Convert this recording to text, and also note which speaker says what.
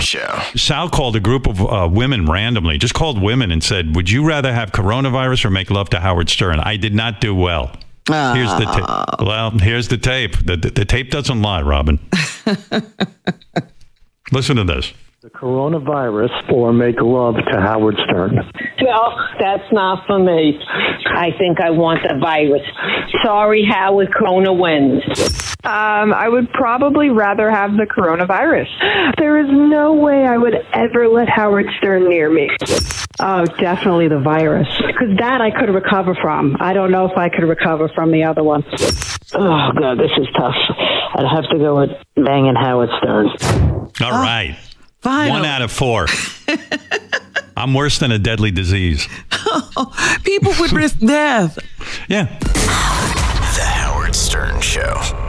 Speaker 1: show.
Speaker 2: Sal called a group of uh, women randomly, just called women and said, Would you rather have coronavirus or make love to Howard Stern? I did not do well. Here's the tape. Well, here's the tape. The, the, the tape doesn't lie, Robin. Listen to this.
Speaker 3: The coronavirus or make love to Howard Stern.
Speaker 4: No, that's not for me. I think I want the virus. Sorry, Howard Corona wins.
Speaker 5: Um, I would probably rather have the coronavirus. There is no way I would ever let Howard Stern near me.
Speaker 6: Oh, definitely the virus. Because that I could recover from. I don't know if I could recover from the other one.
Speaker 7: Oh god, this is tough. I'd have to go with banging Howard Stern.
Speaker 2: All right.
Speaker 1: Fine.
Speaker 2: One out of four. I'm worse than a deadly disease.
Speaker 8: People would risk death.
Speaker 2: Yeah.
Speaker 1: The Howard Stern Show.